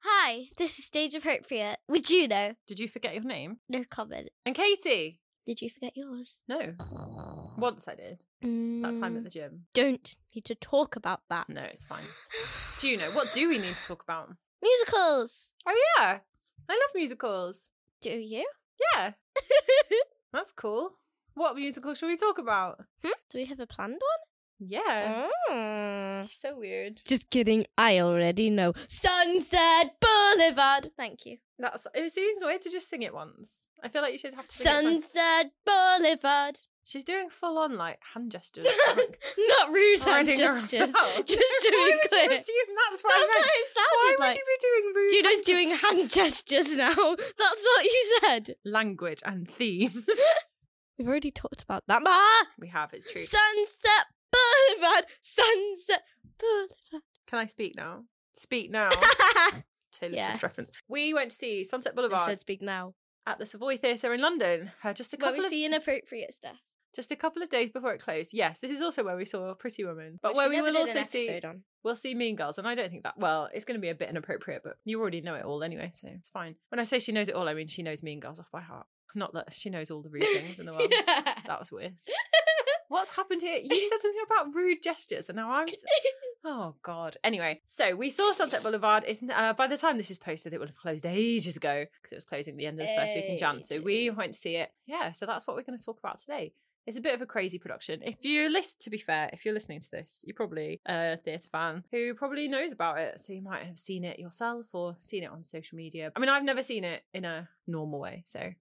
Hi, this is Stage of Hopria. Would you know? Did you forget your name? No comment. And Katie? Did you forget yours? No. Once I did. That time Mm. at the gym. Don't need to talk about that. No, it's fine. Do you know what do we need to talk about? Musicals. Oh yeah. I love musicals. Do you? Yeah. That's cool. What musical should we talk about? Hmm? Do we have a planned Yeah. one? Mm. So weird. Just kidding. I already know. Sunset Boulevard. Thank you. That's it seems weird to just sing it once. I feel like you should have to sing it twice. Sunset Boulevard. She's doing full on like hand gestures. Not rude hand Spreading her gestures. out. Just to Why be would clear. you assume that's what I That's meant? what it sounded Why would like. you be doing rude Juno's hand doing gestures? hand gestures now. That's what you said. language and themes. We've already talked about that. Ah! we have, it's true. Sunset Boulevard. Sunset Boulevard. Can I speak now? Speak now. Taylor Yeah. Swift reference. We went to see Sunset I Boulevard said speak now. at the Savoy Theatre in London. Uh, just a Where we couple of see inappropriate stuff. just a couple of days before it closed. Yes, this is also where we saw Pretty Woman, but Which where we never will did an also see episode on. we'll see Mean Girls. And I don't think that well, it's going to be a bit inappropriate, but you already know it all anyway, so it's fine. When I say she knows it all, I mean she knows Mean Girls off by heart. Not that she knows all the rude things in the world. Yeah. That was weird. What's happened here? You said something about rude gestures, and now I'm. Oh God. Anyway, so we saw Sunset Boulevard. Is uh, by the time this is posted, it will have closed ages ago because it was closing the end of the first week in Jan. So we Ages. went to see it. Yeah. So that's what we're going to talk about today. It's a bit of a crazy production. If you listen, to be fair, if you're listening to this, you're probably a theatre fan who probably knows about it. So you might have seen it yourself or seen it on social media. I mean, I've never seen it in a normal way. So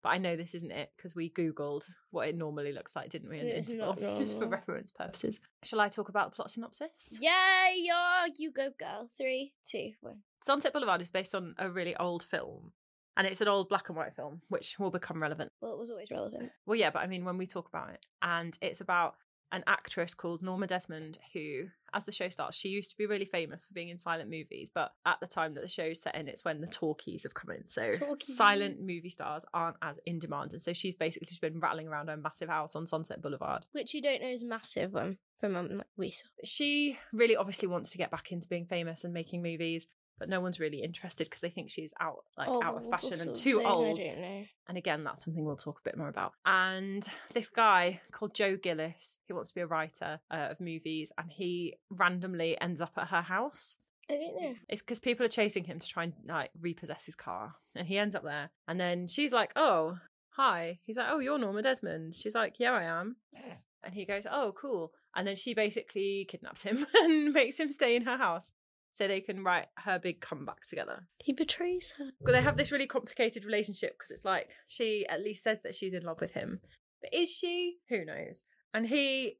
but I know this isn't it because we googled what it normally looks like, didn't we? In the It's interval, not just for normal. reference purposes. Shall I talk about the plot synopsis? Yeah, yeah, you go, girl. Three, two, one. Sunset Boulevard is based on a really old film, and it's an old black and white film, which will become relevant. Well, it was always relevant. Well, yeah, but I mean, when we talk about it, and it's about an actress called Norma Desmond, who, as the show starts, she used to be really famous for being in silent movies, but at the time that the show's set in, it's when the talkies have come in. So Talkies. silent movie stars aren't as in demand. And so she's basically just been rattling around her massive house on Sunset Boulevard. Which you don't know is a massive one from um, like we saw. she really obviously wants to get back into being famous and making movies but no one's really interested because they think she's out like out of fashion and too old Oh, I don't know. and again that's something we'll talk a bit more about and this guy called joe gillis he wants to be a writer uh, of movies and he randomly ends up at her house I don't know. it's because people are chasing him to try and like repossess his car, and he ends up there. And then she's like, "Oh, hi." He's like, "Oh, you're Norma Desmond." She's like, "Yeah, I am." And he goes, "Oh, cool." And then she basically kidnaps him and makes him stay in her house so they can write her big comeback together. He betrays her. But they have this really complicated relationship because it's like she at least says that she's in love with him, but is she? Who knows? And he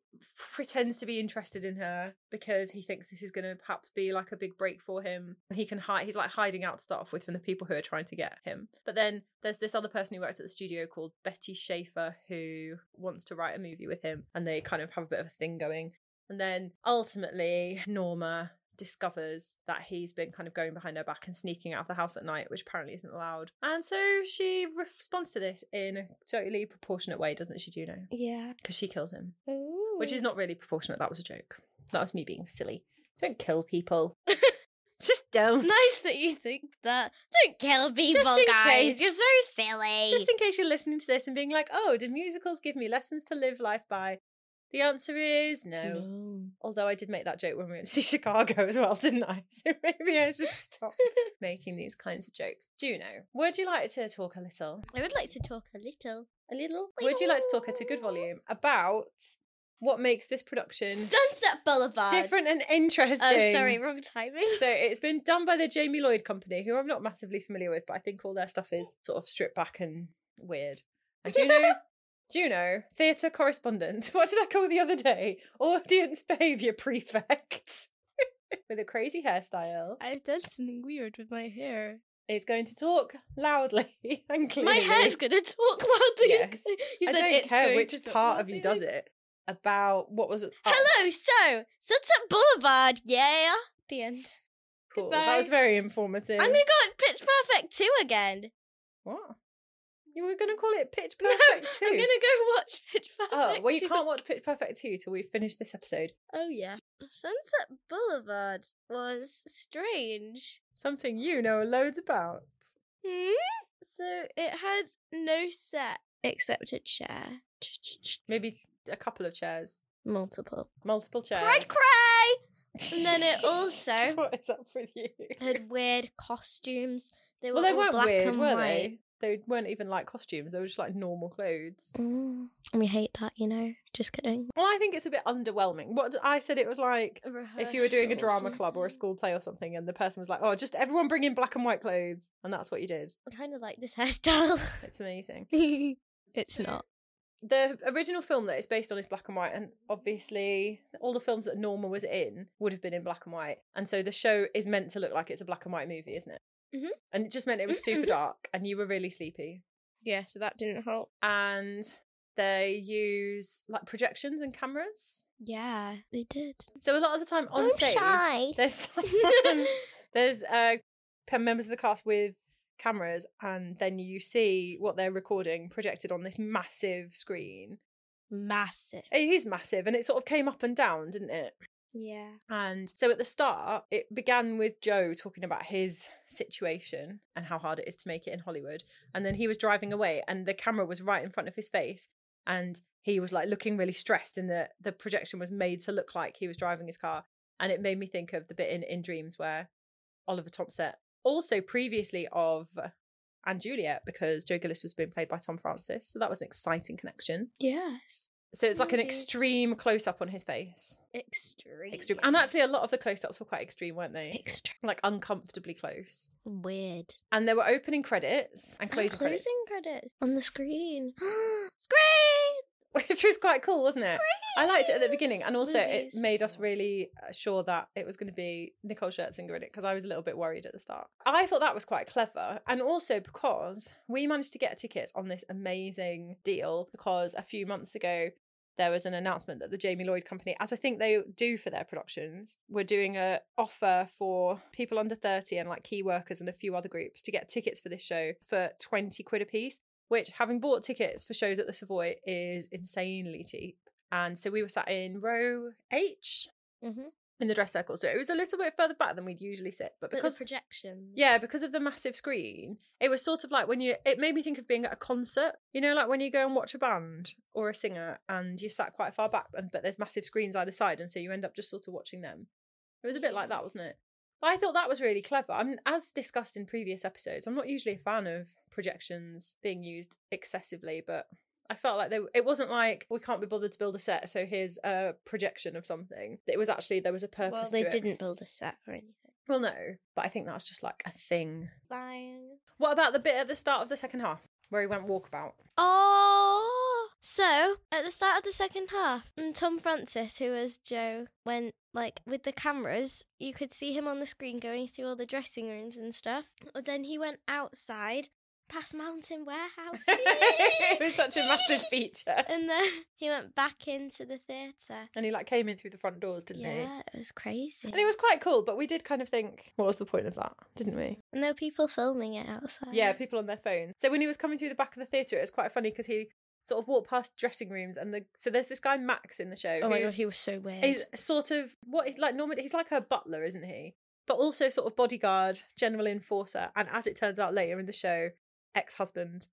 pretends to be interested in her because he thinks this is going to perhaps be like a big break for him. And he can hide, he's like hiding out to start off with from the people who are trying to get him. But then there's this other person who works at the studio called Betty Schaefer who wants to write a movie with him. And they kind of have a bit of a thing going. And then ultimately, Norma discovers that he's been kind of going behind her back and sneaking out of the house at night, which apparently isn't allowed. And so she responds to this in a totally proportionate way, doesn't she, Juno? Yeah. Because she kills him, which is not really proportionate. That was a joke. That was me being silly. Don't kill people. Just don't. nice that you think that. Don't kill people, in guys. case. You're so silly. Just in case you're listening to this and being like, oh, do musicals give me lessons to live life by? The answer is no. Although I did make that joke when we went to see Chicago as well, didn't I? So maybe I should stop making these kinds of jokes. Juno, would you like to talk a little? I would like to talk a little. A little? Would you like to talk at a good volume about what makes this production Sunset Boulevard. different and interesting? Oh, sorry, wrong timing. So it's been done by the Jamie Lloyd Company, who I'm not massively familiar with, but I think all their stuff is sort of stripped back and weird. And Juno, Juno, theatre correspondent. What did I call the other day? Audience behaviour prefect. with a crazy hairstyle, I've done something weird with my hair. is going to talk loudly and My clearly. hair's gonna talk loudly. Yes. You I said don't it's care going which to talk part of you loudly. does it. About what was oh, Hello, so Sunset Boulevard, yeah. The end. cool. goodbye. That was very informative. I'm gonna go on Pitch Perfect 2 again. What? You were going to call it Pitch Perfect too. I'm gonna go watch Pitch Perfect. Oh, well, you too. can't watch Pitch Perfect 2 till we finish this episode. Oh yeah. Sunset Boulevard was strange. Something you know loads about. Hmm? So it had no set except a chair. Maybe a couple of chairs, Multiple. multiple chairs. Cray cray! And then it also- what is up with you? had weird costumes. They were Well, they all weren't black weird, and were white. they? They weren't even like costumes. They were just like normal clothes. Mm. And we hate that, you know. Just kidding. Well, I think it's a bit underwhelming. What I said, it was like if you were doing a drama club or a school play or something, and the person was like, "Oh, just everyone bring in black and white clothes," and that's what you did. kind of like this hairstyle. It's amazing. it's not. the original film that it's based on is black and white and obviously all the films that norma was in would have been in black and white and so the show is meant to look like it's a black and white movie isn't it Mhm. and it just meant it was super Mhm. dark and you were really sleepy Yeah, so that didn't help. and they use like projections and cameras yeah, they did. so a lot of the time on I'm stage shy. there's there's uh p- members of the cast with cameras and then you see what they're recording projected on this massive screen Massive. it is massive and it sort of came up and down didn't it Yeah. And so at the start, it began with Joe talking about his situation and how hard it is to make it in Hollywood. And then he was driving away, and the camera was right in front of his face. And he was like looking really stressed, and the, the projection was made to look like he was driving his car. And it made me think of the bit in, in Dreams where Oliver Thompson, also previously of Anne Juliet, because Joe Gillis was being played by Tom Francis. So that was an exciting connection. Yes. So it's like an Movies. extreme close up on his face Extreme. extreme. And actually, a lot of the close ups were quite extreme, weren't they? Extreme. Like uncomfortably close. Weird. And there were opening credits and closing, And closing credits on the screen. screen. credits, which was quite cool, wasn't it? I liked it at the beginning, Screens! and also Movies. it made us really uh, sure that it was going to be Nicole Scherzinger in it because I was a little bit worried at the start. I thought that was quite clever, and also because we managed to get tickets on this amazing deal because a few months ago. There was an announcement that the Jamie Lloyd Company, as I think they do for their productions, were doing a offer for people under 30 and like key workers and a few other groups to get tickets for this show for 20 quid a piece, which having bought tickets for shows at the Savoy is insanely cheap. And so we were sat in row H Mm-hmm. in the dress circle. So it was a little bit further back than we'd usually sit, but Because because projections. yeah, because of the massive screen, it was sort of like when you it made me think of being at a concert. You know, like when you go and watch a band or a singer and you sat quite far back and but there's massive screens either side and so you end up just sort of watching them. It was a bit Mm. like that, wasn't it? But I thought that was really clever. I'm as discussed in previous episodes, I'm not usually a fan of projections being used excessively, but I felt like they, it wasn't like we can't be bothered to build a set, so here's a projection of something. It was actually there was a Well, purpose. they to it. didn't build a set or anything. Well, no, but I think that was just like a thing Fine. what about the bit at the start of the second half where he went walkabout? Oh, so at the start of the second half, mm, Tom Francis, who was Joe, went like with the cameras. You could see him on the screen going through all the dressing rooms and stuff. But then he went outside past Mountain Warehouse. it was such a massive feature. And then he went back into the theatre. And he like came in through the front doors, didn't he? Yeah, it was crazy. And it was quite cool, but we did kind of think, what was the point of that, didn't we? And there were people filming it outside. Yeah, people on their phones. So when he was coming through the back of the theatre, it was quite funny because he sort of walked past dressing rooms and the so there's this guy Max in the show. Oh my who god, he was so weird. Is sort of what is like normally he's like her butler, isn't he? But also sort of bodyguard, general enforcer, and as it turns out later in the show, ex-husband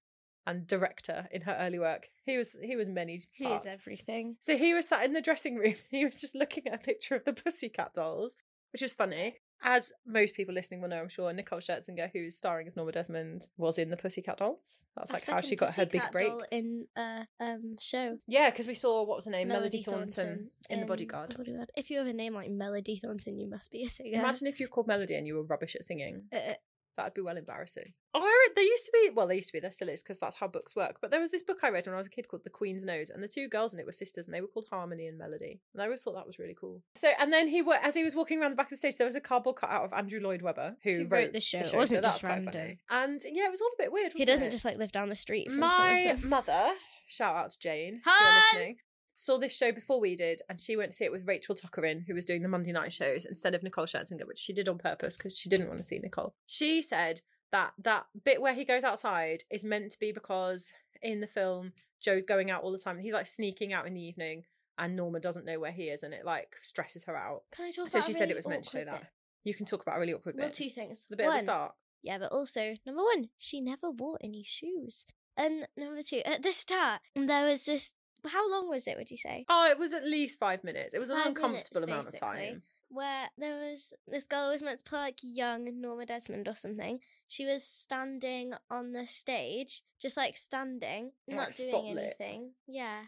and director in her early work. He was he was many he parts. is everything. So he was sat in the dressing room and he was just looking at a picture of the Pussycat dolls, which was funny. As most people listening will know, I'm sure, Nicole Scherzinger, who's starring as Norma Desmond, was in the Pussycat Dolls. That's A like how she second got her big Pussycat break. doll in a um, show. Yeah, because we saw what was her name? Melody, Thornton, in The in Bodyguard. The Bodyguard. If you have a name like Melody Thornton, you must be a singer. Imagine if you were called Melody and you were rubbish at singing. Uh, That'd be well embarrassing. Oh, I read, there used to be, well, there used to be, there still is, because that's how books work. But there was this book I read when I was a kid called The Queen's Nose, and the two girls in it were sisters, and they were called Harmony and Melody. And I always thought that was really cool. So, and then he, wa- as he was walking around the back of the stage, there was a cardboard cutout of Andrew Lloyd Webber, who, Who wrote the show. It so wasn't that's just quite funny. random. And yeah, it was all a bit weird. he wasn't doesn't it? just like live down the street. From My Somerset. mother, shout out to Jane, if Hi. you're listening, saw this show before we did, and she went to see it with Rachel Tuckerin, who was doing the Monday night shows instead of Nicole Scherzinger, which she did on purpose because she didn't want to see Nicole. She said that that bit where he goes outside is meant to be because in the film Joe's going out all the time. He's like sneaking out in the evening, and Norma doesn't know where he is, and it like stresses her out. Can I talk So about she a said it really was meant to say awkward that. bit? You can talk about a really awkward Well, bit. two things. the bit One, at the start. Yeah, but also, number one, she never wore any shoes. And number two, at the start, there was this. How long was it, would you say? Oh, it was at least five minutes. It was an Five uncomfortable minutes, amount of basically. time. Where there was. This girl was meant to play like young Norma Desmond or something. She was standing on the stage, just like standing, Like not doing spotlit. anything. Yeah.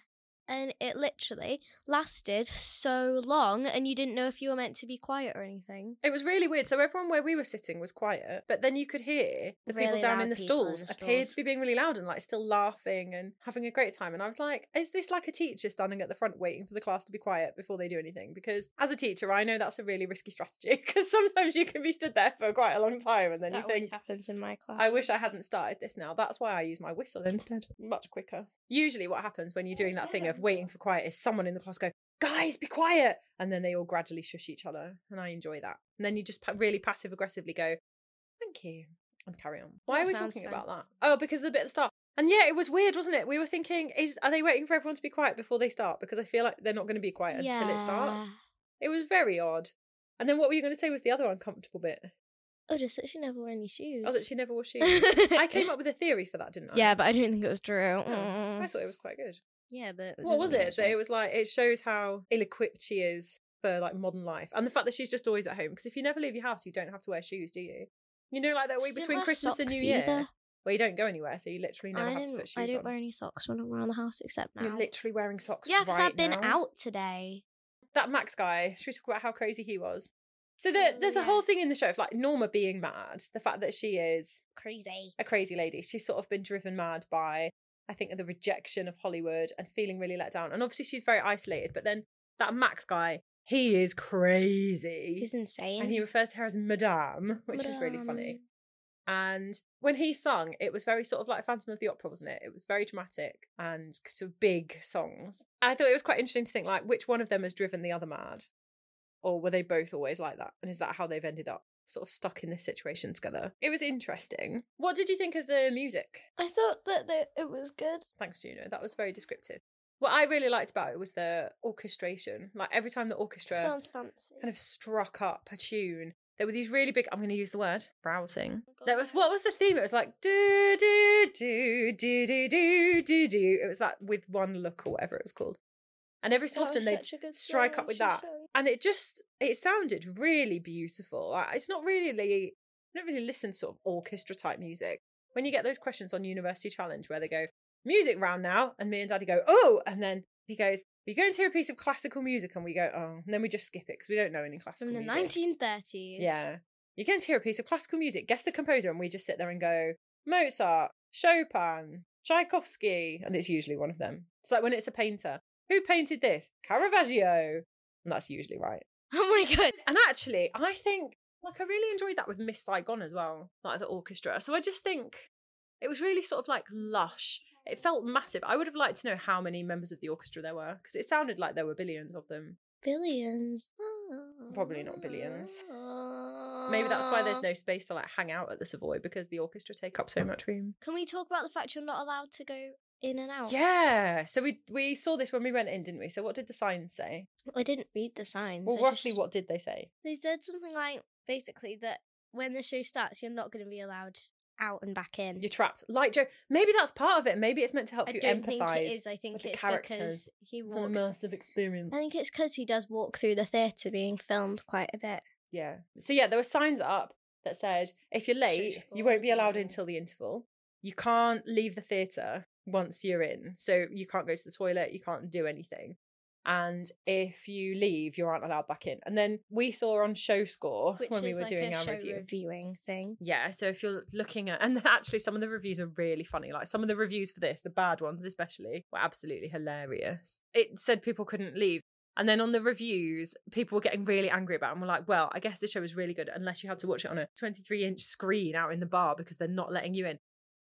And it literally lasted so long, and you didn't know if you were meant to be quiet or anything. It was really weird. So everyone where we were sitting was quiet, but then you could hear the people Really down in loud the people in stalls the appeared stalls. to be being really loud and like still laughing and having a great time. And I was like, is this like a teacher standing at the front waiting for the class to be quiet before they do anything? Because as a teacher, I know that's a really risky strategy because sometimes you can be stood there for quite a long time and then that you always think, happens in my class. I wish I hadn't started this now. That's why I use my whistle instead. Much quicker. Usually, what happens when you're doing that thing of waiting for quiet is someone in the class go, Guys, be quiet. And then they all gradually shush each other. And I enjoy that. And then you just pa- really passive aggressively go, Thank you. And carry on. Why That are we sounds talking fun. about that? Oh, because of the bit at the start. And yeah, it was weird, wasn't it? We were thinking, is are they waiting for everyone to be quiet before they start? Because I feel like they're not going to be quiet until it starts. Yeah. It was very odd. And then what were you going to say was the other uncomfortable bit? Oh, just that she never wore any shoes. Oh, that she never wore shoes. I came up with a theory for that, didn't I? Yeah, but I don't think it was Mm. Drew. Oh, I thought it was quite good. Yeah, but What was it? That it was like it shows how ill-equipped she is for like modern life, and the fact that she's just always at home. Because if you never leave your house, you don't have to wear shoes, do you? You know, like that week between Christmas and New Year, where you don't go anywhere, so you literally never I have to didn't. put I shoes don't on. wear any socks when I'm around the house except now. You're literally wearing socks. yeah, because right I've been now. out today. That Max guy. Should we talk about how crazy he was? So Oh, there, there's yeah. a whole thing in the show of like Norma being mad, the fact that she is Crazy. a crazy lady. She's sort of been driven mad by, I think, the rejection of Hollywood and feeling really let down. And obviously, she's very isolated. But then that Max guy, he is crazy. He's insane. um, And he refers to her as Madame, which is really funny. And when he sung, it was very sort of like Phantom of the Opera, wasn't it? It was very dramatic and sort of big songs. I thought it was quite interesting to think like which one of them has driven the other mad, or were they both always like that? And is that how they've ended up sort of stuck in this situation together? It was interesting. What did you think of the music? I thought that it was good. Thanks, Juno. That was very descriptive. What I really liked about it was the orchestration. Like every time the orchestra fancy. kind of struck up a tune. There were these really big. I'm going to use the word browsing. Oh, God. There was what was the theme? It was like do do do do do do do do. It was that with one look or whatever it was called. And every Oh, so often they'd strike up with that, and it just it sounded really beautiful. Like, It's not really I don't really listen to sort of orchestra type music. When you get those questions on University Challenge where they go music round now, and me and Daddy go oh, and then he goes you're going to hear a piece of classical music, and we go oh, and then we just skip it because we don't know any classical From the music. 1930s. Yeah. You're going to hear a piece of classical music, guess the composer, and we just sit there and go, Mozart, Chopin, Tchaikovsky. And it's usually one of them. It's like when it's a painter, who painted this? Caravaggio. And that's usually right. Oh my god. And actually, I think, like, I really enjoyed that with Miss Saigon as well, like the orchestra. So I just think it was really sort of like lush. It felt massive. I would have liked to know how many members of the orchestra there were because it sounded like there were billions of them. Billions. Probably not billions. Maybe that's why there's no space to like hang out at the Savoy because the orchestra take up so much room. Can we talk about the fact you're not allowed to go in and out? Yeah. So we we saw this when we went in, didn't we? So what did the signs say? I didn't read the signs. Well, I roughly just- what did they say? They said something like basically that when the show starts, you're not going to be allowed out and back in. You're trapped. Like Joe. Maybe that's part of it. Maybe it's meant to help I you don't think empathize. it is. I think with the it's characters. because he It's an walks. immersive experience. I think it's because he does walk through the theatre being filmed quite a bit. Yeah. So yeah, there were signs up that said if you're late, you score, won't be allowed yeah. until the interval. You can't leave the theatre once you're in. So you can't go to the toilet, you can't do anything. And if you leave, you aren't allowed back in. And then we saw on show score Which when we is were like doing a our show review. reviewing thing. Yeah, so if you're looking at, and actually, some of the reviews are really funny. Like some of the reviews for this, the bad ones especially, were absolutely hilarious. It said people couldn't leave. And then on the reviews, people were getting really angry about it and were like, well, I guess this show is really good unless you had to watch it on a 23 inch screen out in the bar because they're not letting you in.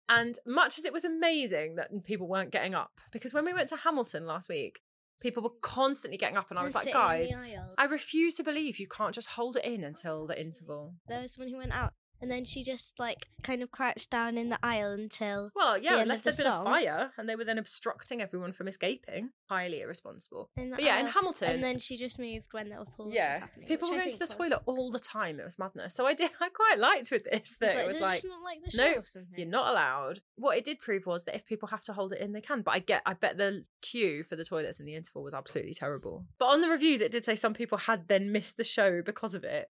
And much as it was amazing that people weren't getting up, because when we went to Hamilton last week, people were constantly getting up. And I was like, guys, I refuse to believe you can't just hold it in until the interval. there was someone who went out and then she just like kind of crouched down in the aisle until Well, yeah, end of unless the there'd been a song. fire and they were then obstructing everyone from escaping. Highly irresponsible. in the But yeah, aisle. in Hamilton, and then she just moved when the applause was yeah, happening. people which were I going to the think was- toilet all the time. It was madness. So I did, I quite liked with this I that it "Does was it like just not like the no, show or something? You're not allowed. What it did prove was that if people have to hold it in, they can. But I get, I bet the queue for the toilets in the interval was absolutely terrible. But on the reviews, it did say some people had then missed the show because of it,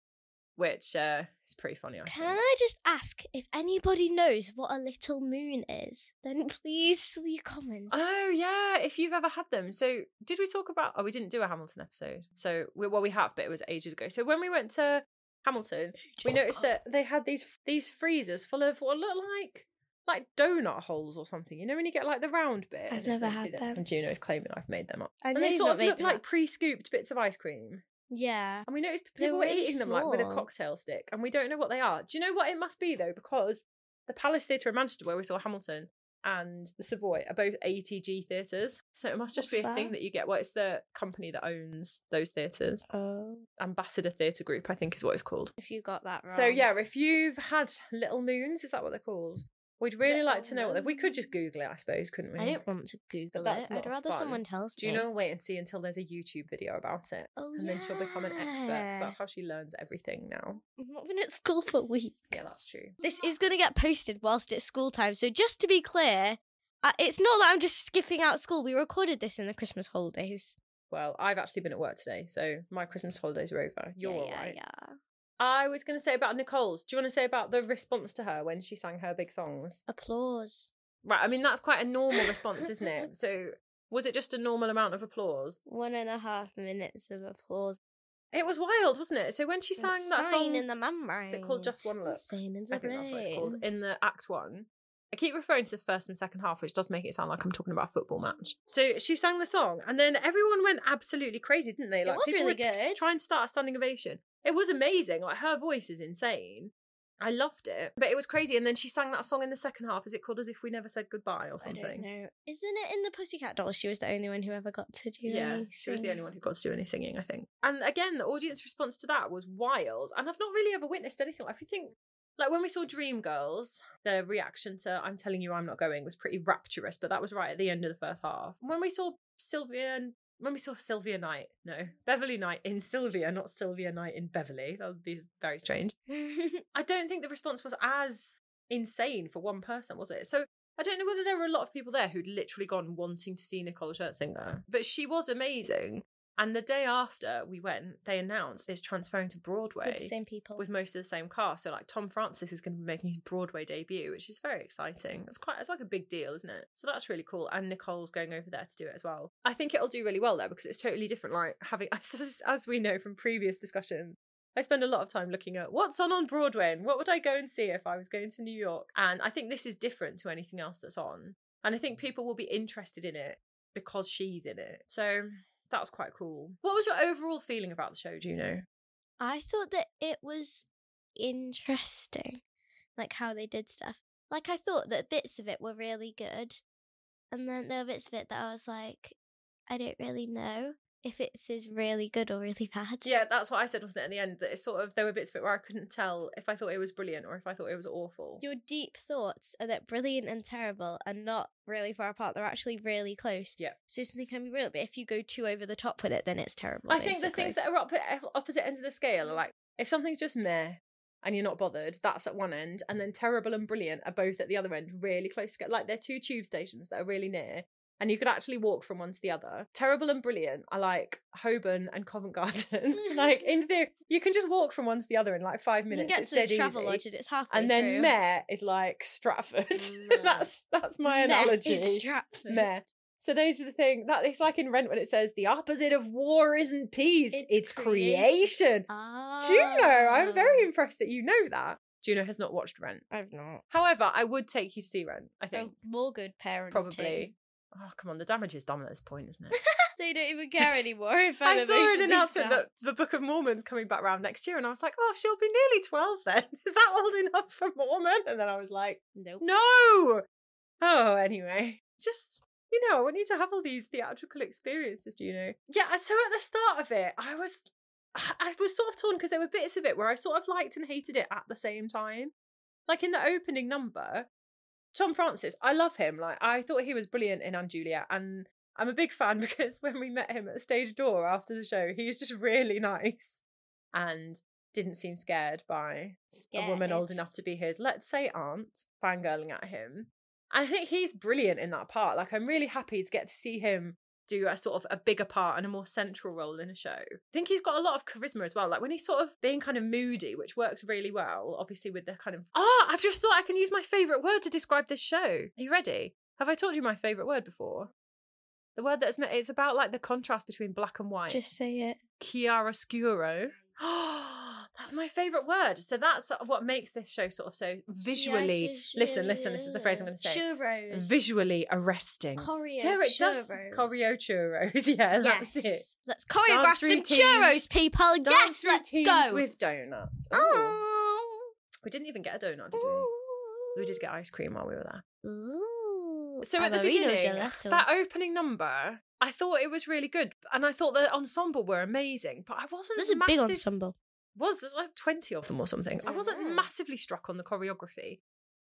which uh, is pretty funny. I Can think. I just ask if anybody knows what a little moon is? Then please, will you comment? Oh yeah, if you've ever had them. So did we talk about? Oh, we didn't do a Hamilton episode. So we, well, we have, but it was ages ago. So when we went to Hamilton, we noticed that they had these these freezers full of what look like like donut holes or something. You know when you get like the round bit. I've and it's never literally had the- them. And Juno is claiming I've made them up. I and know they you've sort not of made look them like up. pre-scooped bits of ice cream. yeah. And we noticed They people were were really eating them like with a small. cocktail stick, and we don't know what they are. Do you know what it must be though? Because the Palace Theatre in Manchester, where we saw Hamilton, and the Savoy are both ATG theatres, so it must just be a What's thing that? that you get. Well, it's the company that owns those theatres, Oh, Ambassador Theatre Group, I think is what it's called. if you got that wrong. So yeah, if you've had Little Moons, is that what they're called? We'd really like to know what they. We could just Google it, I suppose, couldn't we? I don't want to Google that's it. not I'd as rather fun. someone tells Do you me. know? Wait and see until there's a YouTube video about it, Oh, and then she'll become an expert. 'cause yeah. That's how she learns everything now. I've not been at school for weeks. Yeah, that's true. This is going to get posted whilst it's school time. So just to be clear, I, it's not that I'm just skipping out school. We recorded this in the Christmas holidays. Well, I've actually been at work today, so my Christmas holidays are over. You're yeah, all right. yeah, yeah. I was going to say about Nicole's. Do you want to say about the response to her when she sang her big songs? Applause. Right. I mean, that's quite a normal response, isn't it? So, was it just a normal amount of applause? One and a half minutes of applause. It was wild, wasn't it? So when she sang that song, Sign in the man brain. is it called Just One Look? Insane in the I think that's what it's called. brain. In the Act One, I keep referring to the first and second half, which does make it sound like I'm talking about a football match. So she sang the song, and then everyone went absolutely crazy, didn't they? It was people really were good. Try and start a standing ovation. It was amazing. Like her voice is insane. I loved it, but it was crazy. And then she sang that song in the second half. Is it called "As If We Never Said Goodbye" or I don't something? know. Isn't it in the Pussycat Dolls? She was the only one who ever got to do. Yeah, she was the only one who got to do any singing, I think. And again, the audience response to that was wild. And I've not really ever witnessed anything like. If you think, like when we saw Dreamgirls, the reaction to "I'm telling you I'm not going" was pretty rapturous, but that was right at the end of the first half. When we saw Sylvia, and when we saw Sylvia Knight, no, Beverly Knight in Sylvia, not Sylvia Knight in Beverly. That would be very strange. one. I don't think the response was as insane for one person, was it? So I don't know whether there were a lot of people there who'd literally gone wanting to see Nicole Scherzinger, but she was amazing. And the day after we went, they announced it's transferring to With the Broadway same people. with most of the same cast. So like Tom Francis is going to be making his Broadway debut, which is very exciting. It's quite it's like a big deal, isn't it? So that's really cool. And Nicole's going over there to do it as well. I think it'll do really well there because it's totally different. Like having as, as we know from previous discussions. I spend a lot of time looking at what's on on Broadway and what would I go and see if I was going to New York. And I think this is different to anything else that's on. And I think people will be interested in it because she's in it. So that was quite cool. What was your overall feeling about the show, Juno? I thought that it was interesting, like how they did stuff. Like I thought that bits of it were really good, and then there were bits of it that I was like, I don't really know if it's is really good or really bad. Yeah, that's what I said, wasn't it? At the end, that it's sort of there were bits of it where I couldn't tell if I thought it was brilliant or if I thought it was awful. Your deep thoughts are that brilliant and terrible are not really far apart. They're actually really close. Yeah. So something can be real, but if you go too over the top with it, then it's terrible. I think the basically. Mm. things that are up at opposite ends of the scale are like if something's just meh and you're not bothered, that's at one end, and then terrible and brilliant are both at the other end, really close together. Like they're two tube stations that are really near. And you could actually walk from one to the other. Terrible and brilliant are like Holborn and Covent Garden. like in theory, you can just walk from one to the other in like five you can minutes. get it's to the dead easy. travel it's halfway and then through. meh is like Stratford. Meh. that's that's my Meh analogy. Is Stratford. Meh. So those are the thing that it's like in Rent when it says the opposite of war isn't peace, it's, It's creation. creation. Juno, I'm very Ah. impressed that you know that. Juno has not watched Rent. I've not. However, I would take you to see Rent. I think Oh, more good parenting. probably. Oh come on, the damage is done at this point, isn't it? So you don't even care anymore. If I'm I saw an emotionally sad. announcement that the Book of Mormon's coming back round next year, and I was like, oh, she'll be nearly twelve then. Is that old enough for Mormon? And then I was like. Nope. No. Oh, anyway, just you know, I want you to have all these theatrical experiences. Do you know? Yeah. So at the start of it, I was I I was sort of torn because there were bits of it where I sort of liked and hated it at the same time. Like in the opening number, Tom Francis, I love him. Like I thought he was brilliant in Anne Julia, and I'm a big fan because when we met him at stage door after the show, he's just really nice and didn't seem scared by a woman old Scared. enough to be his, let's say aunt, fangirling at him. And I think he's brilliant in that part. Like I'm really happy to get to see him do a sort of a bigger part and a more central role in a show. I think he's got a lot of charisma as well. Like when he's sort of being kind of moody, which works really well, obviously with the kind of Ah, I've just thought I can use my favourite word to describe this show. Are you ready? Have I told you my favourite word before? The word that's it's about like the contrast between black and white. Just say it. chiaroscuro. that's my favorite word. So that's what makes this show sort of so visually. Listen, listen, this is the phrase I'm gonna say. Churros. Visually arresting. Choreo yeah, it does. churros. Choreo churros. Yeah, Yes. that's it. Let's choreograph through some teams. churros, people. yes, Dance let's routines go. with donuts. Oh, oh. Mm. we didn't even get a donut, did we? We did get ice cream while we were there. Ooh. So at the Ballerino beginning, gelato. that opening number, I thought it was really good, and I thought the ensemble were amazing, but I wasn't. There's a massive big ensemble. was there's like 20 of them or something i wasn't Mhm. massively struck on the choreography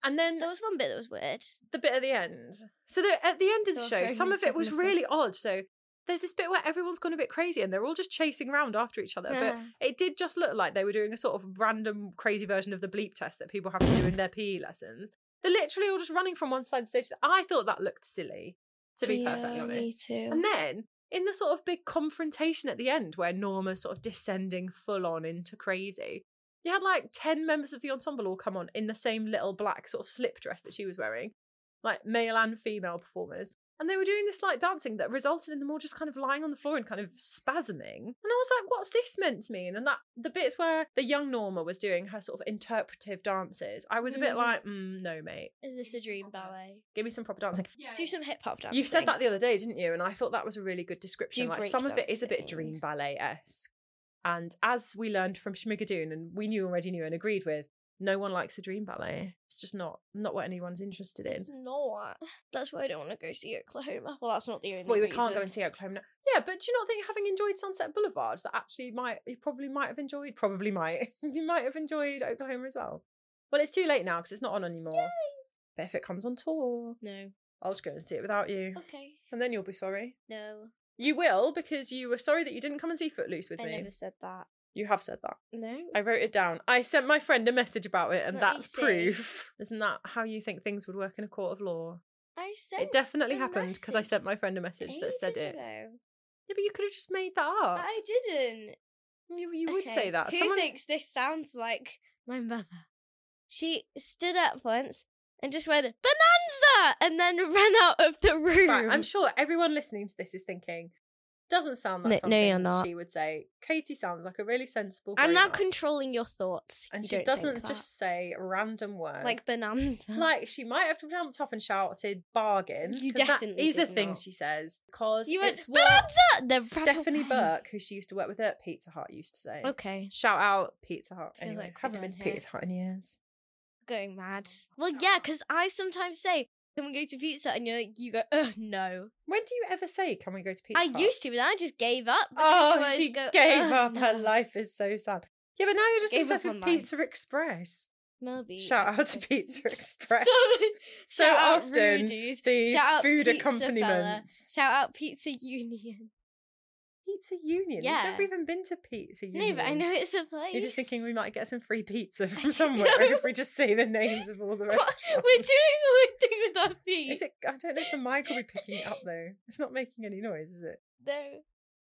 and then There was one bit that was weird. the bit at the end so the, at the end They of the were show throwing some of it themselves was in the front. really odd so there's this bit where everyone's gone a bit crazy and they're all just chasing around after each other but Yeah. it did just look like they were doing a sort of random crazy version of the bleep test that people have to do in their pe lessons they're literally all just running from one side stage to the- i thought that looked silly to be perfectly Yeah, honest Me too. and then in the sort of big confrontation at the end, where Norma's sort of descending full on into crazy, you had like 10 members of the ensemble all come on in the same little black sort of slip dress that she was wearing, like male and female performers. And they were doing this like dancing that resulted in them all just kind of lying on the floor and kind of spasming. And I was like, what's this meant to mean? And that the bits where the young Norma was doing her sort of interpretive dances, I was a bit Mm. like, mm, no, mate, Is this a dream ballet? give me some proper dancing. Do some hip hop dance. You said that the other day, didn't you? And I thought that was a really good description. Do like some of it is a bit breakdancing. dream ballet esque. And as we learned from Schmigadoon, and we knew already knew and agreed with, no one likes a dream ballet. It's just not not what anyone's interested in. It's not. That's why I don't want to go see Oklahoma. Well, that's not the only. Well, we reason. can't go and see Oklahoma. now. Yeah, but do you not think having enjoyed Sunset Boulevard that actually might you probably might have enjoyed probably might you might have enjoyed Oklahoma as well. Well, it's too late now because it's not on anymore. But if it comes on tour, No. I'll just go and see it without you, Okay. and then you'll be sorry. No. You will because you were sorry that you didn't come and see Footloose with I me. never said that. You have said that. No. I wrote it down. I sent my friend a message about it, Let and me that's see. proof. Isn't that how you think things would work in a court of law? I said it definitely a happened because I message sent my friend a message that said ages it. ago. Yeah, but you could have just made that up. I didn't. You, you would Okay, say that. Who Someone thinks this sounds like my mother? She stood up once and just went bonanza, and then ran out of the room. Right, I'm sure everyone listening to this is thinking, doesn't sound like No- no, something you're not. she would say. Katie sounds like a really sensible. I'm now grown-up, controlling your thoughts. and You she don't think doesn't that. just say random words like bonanza. Like she might have jumped up and shouted bargain. You 'cause definitely that is a did thing not. she says because you went it's what bonanza. The proper Stephanie way. Burke, who she used to work with at Pizza Hut, used to say. Okay, Shout out Pizza Hut. Feel Anyway, like we're haven't been to down here. Pizza Hut in years. going mad. Oh Well, yeah, because I sometimes say, "Can we go to pizza?" and you're like, you go, "Oh no." When do you ever say, "Can we go to Pizza I Hut?" used to, but I just gave up. because you Oh, always she go, gave "Ugh, up. Her no." life is so sad. Yeah, but now you're just Gave obsessed up with on life. Pizza Express. Melby. Shout I out to think. Pizza Express. Stop it. so Shout out often Rudy's. the Shout out food Pizza accompaniments. Shout out Pizza Union. Pizza Union. You've Yeah. never even been to Pizza Union. No, but I know it's a place. You're just thinking we might get some free pizza I from don't somewhere know. if we just say the names of all the What? restaurants. We're doing a weird thing with our feet. Is it? I don't know if the mic will be picking it up though. It's not making any noise, is it? No.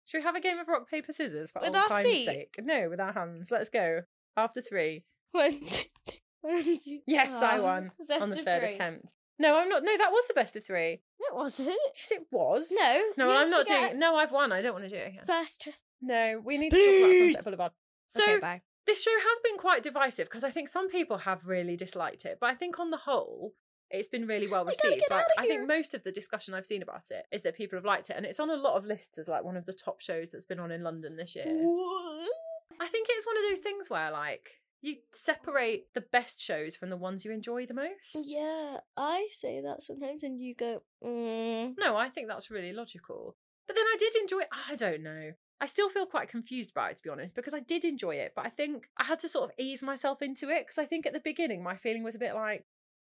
Should we have a game of rock paper scissors for With old our time's feet? sake? No, with our hands. Let's go. After three, One, two, three. One, two- Yes, I Ah, won Best on the of third three. attempt. No, I'm not. No, that was the best of three. No, it wasn't. Yes, it was. No. no, you I'm had not to get doing. No, I've won. I don't want to do it again. First. tr- No, we need to talk about Please. Sunset Boulevard. So Okay, bye. this show has been quite divisive because I think some people have really disliked it, but I think on the whole, it's been really well gotta received. get Like, outta I think here. most of the discussion I've seen about it is that people have liked it, and it's on a lot of lists as like one of the top shows that's been on in London this year. I think it's one of those things where like you separate the best shows from the ones you enjoy the most. Yeah, I say that sometimes, and you go, mm. No, I think that's really logical. But then I did enjoy it. I don't know. I still feel quite confused about it, to be honest, because I did enjoy it, but I think I had to sort of ease myself into it because I think at the beginning my feeling was a bit like,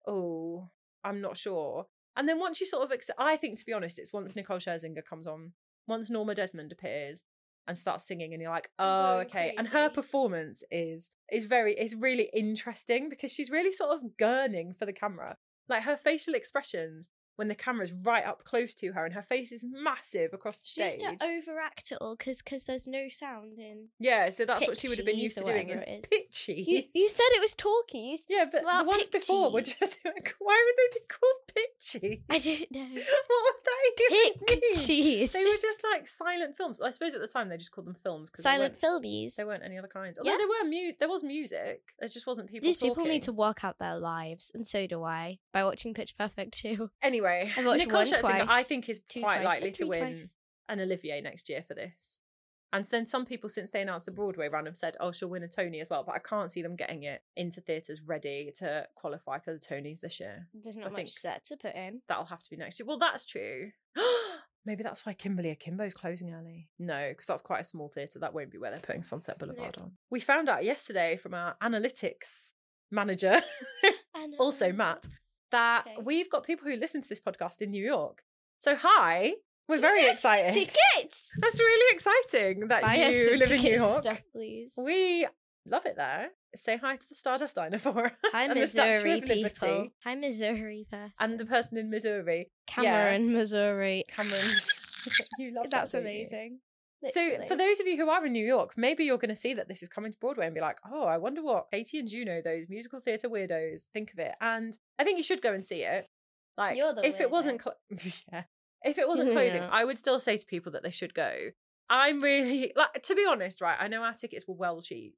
oh, I'm not sure. And then once you sort of, acce- I think to be honest, it's once Nicole Scherzinger comes on, once Norma Desmond appears and starts singing, and you're like, I'm oh, going okay. And her crazy. performance is is very is really interesting because she's really sort of gurning for the camera, like her facial expressions when the camera's right up close to her, and her face is massive across the She used stage. to overact it all because there's no sound in. Yeah, so that's what she would have been Pitchies used to or doing in whatever it pitchies. You, you said it was talkies. yeah, but well, the ones before were pitchies. just why would they be called pitchies? I don't know. what would that even Pick mean? cheese. They were just like silent films. I suppose at the time they just called them films because silent There weren't, filmies. there weren't any other kinds. Although Yeah. there were mu- there was music. There just wasn't people These talking. people need to work out their lives, and so do I, by watching Pitch Perfect too. Anyway, I've watched Nicole one Scherzinger, I twice, think, is Two quite twice, likely and to three win twice. an Olivier next year for this. And then some people, since they announced the Broadway run, have said, "Oh, she'll win a Tony as well." But I can't see them getting it into theatres ready to qualify for the Tonys this year. There's not I much think- set to put in. That'll have to be next year. Well, that's true. Maybe that's why Kimberly Akimbo's closing early. No, because that's quite a small theatre. That won't be where they're putting Sunset Boulevard on. We found out yesterday from our analytics manager And, uh, also Matt, that Okay. we've got people who listen to this podcast in New York. So hi, we're very Yes, excited. Tickets! That's really exciting that Buy us you some live in New tickets for York. stuff, please. We love it there. Say hi to the Stardust Diner for us Hi, and the Statue Missouri of Liberty people. Hi, Missouri person. and the person in Missouri, Cameron, Missouri. Cameron. you love That's that, don't you? amazing. So, for Literally. those of you who are in New York, maybe you're going to see that this is coming to Broadway and be like, oh, I wonder what Katie and Juno, those musical theatre weirdos, think of it. And I think you should go and see it. Like, You're the if it wasn't, clo- yeah, if it wasn't closing, Yeah. I would still say to people that they should go. I'm really like to be honest, right? I know our tickets were well cheap.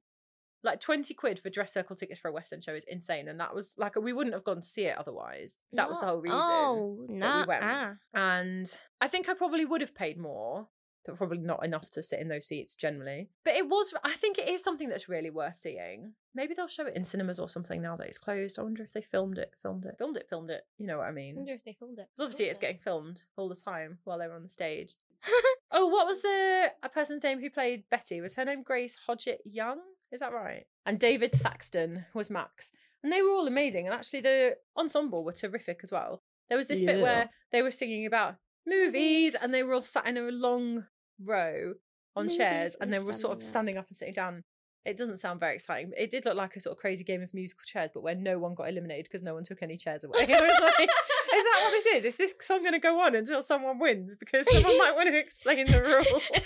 Like 20 quid for dress circle tickets for a West End show is insane. And that was like, we wouldn't have gone to see it otherwise. That was the Not- whole reason Oh, that no. we went. And I think I probably would have paid more, but probably not enough to sit in those seats generally. But it was, I think it is something that's really worth seeing. Maybe they'll show it in cinemas or something now that it's closed. I wonder if they filmed it, filmed it, filmed it, filmed it. You know what I mean? wonder if they filmed it. 'Cause obviously it's getting filmed all the time while they're on the stage. oh, what was the a person's name who played Betty? Was her name Grace Hodgett Young? Is that right? And David Thaxton was Max. And they were all amazing. And actually the ensemble were terrific as well. There was this bit Yeah. where they were singing about movies Movies. and they were all sat in a long row on chairs Movies and and they were sort of standing up. standing up and sitting down. It doesn't sound very exciting. but It did look like a sort of crazy game of musical chairs, but where no one got eliminated because no one took any chairs away. It was like, is that what this is? Is this song going to go on until someone wins? Because someone might want to explain the rule.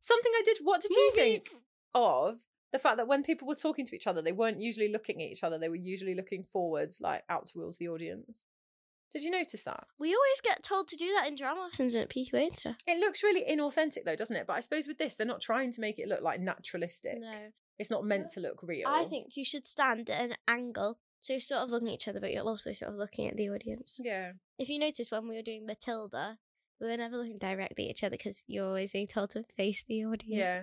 Something I did. What did you think of the fact that when people were talking to each other, they weren't usually looking at each other. They were usually looking forwards, like out towards the audience. Did you notice that? We always get told to do that in drama lessons at PQA and stuff. It looks really inauthentic, though, doesn't it? But I suppose with this, they're not trying to make it look like naturalistic. No. It's not meant to look real. I think you should stand at an angle. So you're sort of looking at each other, but you're also sort of looking at the audience. Yeah. If you notice when we were doing Matilda, we were never looking directly at each other because you're always being told to face the audience. Yeah.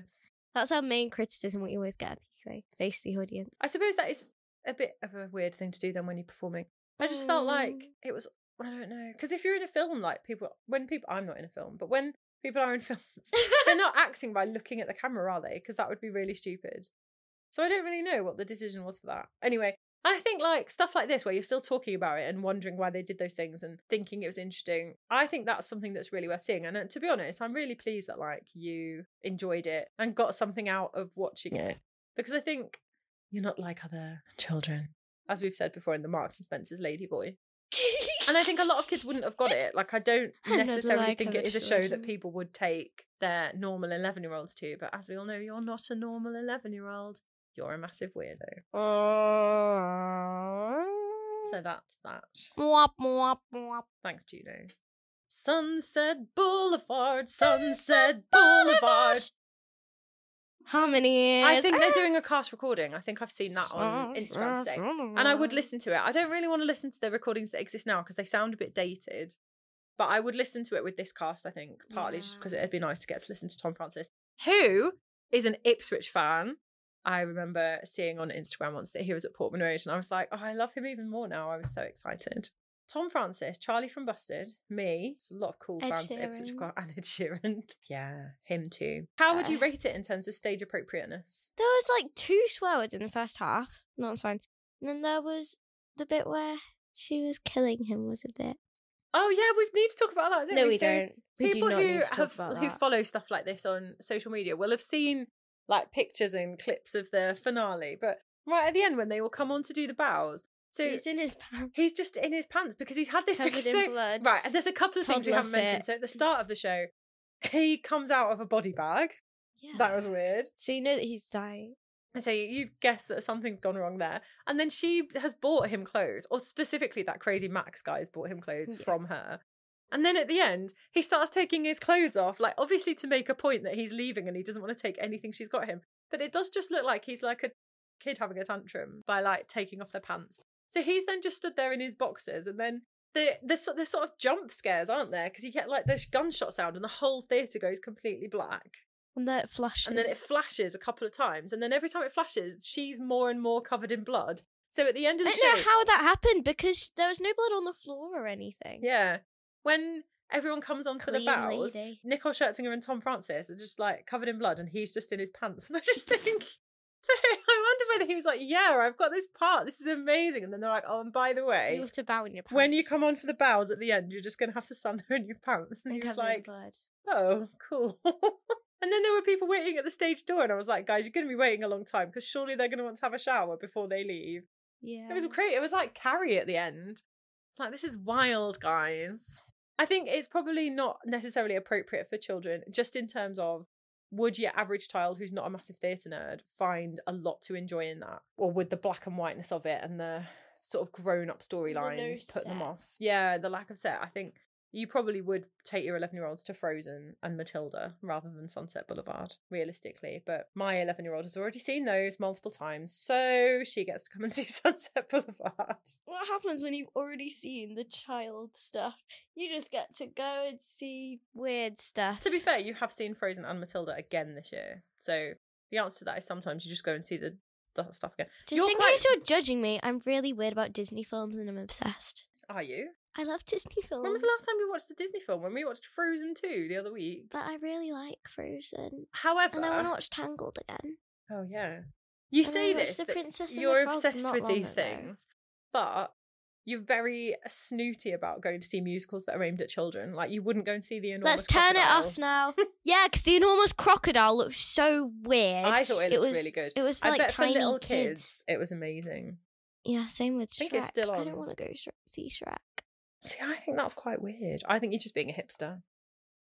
That's our main criticism we always get at PQA. Face the audience. I suppose that is a bit of a weird thing to do then when you're performing. I just felt like Mm. it was I don't know because if you're in a film, like people when people I'm not in a film, but when people are in films, they're not acting by looking at the camera, are they? Because that would be really stupid. So I don't really know what the decision was for that. Anyway, I think like stuff like this where you're still talking about it and wondering why they did those things and thinking it was interesting. I think that's something that's really worth seeing. And uh, to be honest, I'm really pleased that like you enjoyed it and got something out of watching it because I think you're not like other children, as we've said before in the Marks and Spencer's Ladyboy. And I think a lot of kids wouldn't have got it. Like, I don't I'm not necessarily like think it other is a show that children. people would take their normal 11 year olds to. But as we all know, you're not a normal 11 year old. You're a massive weirdo. So that's that. Mwah, mwah, mwah. Thanks, Juno. Sunset Boulevard, Sunset Oh Boulevard. Harmony. I is- think Ah! they're doing a cast recording. I think I've seen that on Instagram today. and I would listen to it. I don't really want to listen to the recordings that exist now because they sound a bit dated. But I would listen to it with this cast, I think, partly just because it'd be nice to get to listen to Tom Francis, who is an Ipswich fan. I remember seeing on Instagram once that he was at Portman Road, and I was like, oh, I love him even more now. I was so excited. Tom Francis, Charlie from Busted, me. It's a lot of cool Ed bands at Ipswich Sheeran. have got, and Ed Sheeran. Yeah, him too. How would you Uh. rate it in terms of stage appropriateness? There was like two swear words in the first half. No, it's fine. And then there was the bit where she was killing him was a bit. Oh yeah, we need to talk about that. Don't No, we we So don't. We do people not who need to talk have about who that. follow stuff like this on social media will have seen like pictures and clips of the finale, but right at the end when they all come on to do the bows, so It's in his pants. he's just in his pants because he's had this. Covered because in so, blood. right, and there's a couple of things we Toddler haven't fit. mentioned. So at the start of the show, he comes out of a body bag. Yeah. That was weird. So you know that he's dying. And so you, you guess that something's gone wrong there. And then she has bought him clothes, or specifically that crazy Max guy has bought him clothes Yeah. from her. And then at the end, he starts taking his clothes off, like obviously to make a point that he's leaving and he doesn't want to take anything she's got him. But it does just look like he's like a kid having a tantrum by like taking off their pants. So he's then just stood there in his boxes and then the the, so- the sort of jump scares, aren't there? Because you get like this gunshot sound and the whole theatre goes completely black. And then it flushes. And then it flashes a couple of times. And then every time it flashes, she's more and more covered in blood. So at the end of I the don't show. know how that happened because there was no blood on the floor or anything. yeah. When everyone comes on for the Clean bows, lady. Nicole Scherzinger and Tom Francis are just like covered in blood and he's just in his pants. And I just think. I wonder whether he was like, yeah, I've got this part. This is amazing. And then they're like, oh, and by the You way, have to bow in your pants. when you come on for the bows at the end, you're just going to have to stand there in your pants. And he was Covered in like, blood. oh, cool. and then there were people waiting at the stage door, and I was like, guys, you're going to be waiting a long time because surely they're going to want to have a shower before they leave. Yeah. It was great. It was like Carrie at the end. It's like, this is wild, guys. I think it's probably not necessarily appropriate for children, just in terms of would your average child who's not a massive theatre nerd find a lot to enjoy in that? Or would the black and whiteness of it and the sort of grown up storylines put them set. off? Yeah, the lack of set. I think you probably would take your 11 year olds to Frozen and Matilda rather than Sunset Boulevard, realistically. But my 11 year old has already seen those multiple times, so she gets to come and see Sunset Boulevard. What happens when you've already seen the child stuff? You just get to go and see weird stuff. to be fair, you have seen Frozen and Matilda again this year. So the answer to that is sometimes you just go and see the, the stuff again. Just You're in quite- case you're judging me, I'm really weird about Disney films and I'm obsessed. Are you? I love Disney films. When was the last time we watched a Disney film? When we watched Frozen 2 the other week. But I really like Frozen. However, And I want to watch Tangled again. oh yeah, you And I say watched this. The that Princess and the you're Frog obsessed not with long these ago. things, but you're very snooty about going to see musicals that are aimed at children. Like you wouldn't go and see the enormous. Let's turn it Crocodile. off now. yeah, because the enormous crocodile looks so weird. I thought It it looked was- really good. it was for I like bet for tiny little kids. it was amazing. Yeah, same with Shrek. I think it's still I on. don't want to go sh- see Shrek. See, I think that's quite weird. I think you're just being a hipster.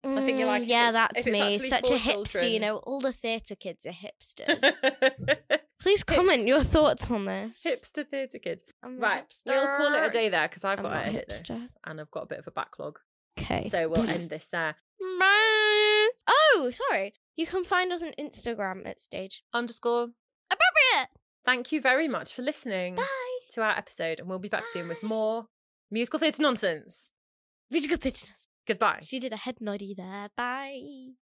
I think you're like, Mm, if yeah, it's- if that's it's me. actually Such for a hipster, you children- know. All the theatre kids are hipsters. Please comment Hipst- your thoughts on this. hipster theatre kids. I'm a Right, we'll call it a hipster. day there because I've I'm got to not a edit hipster. this and I've got a bit of a backlog. Okay. So we'll end this there. Bye. Oh, sorry. You can find us on Instagram at stage Underscore. appropriate. Thank you very much for listening Bye. to our episode, and we'll be back soon with Bye. more musical theatre nonsense. Musical theatre. Goodbye. She did a head noddy there. Bye.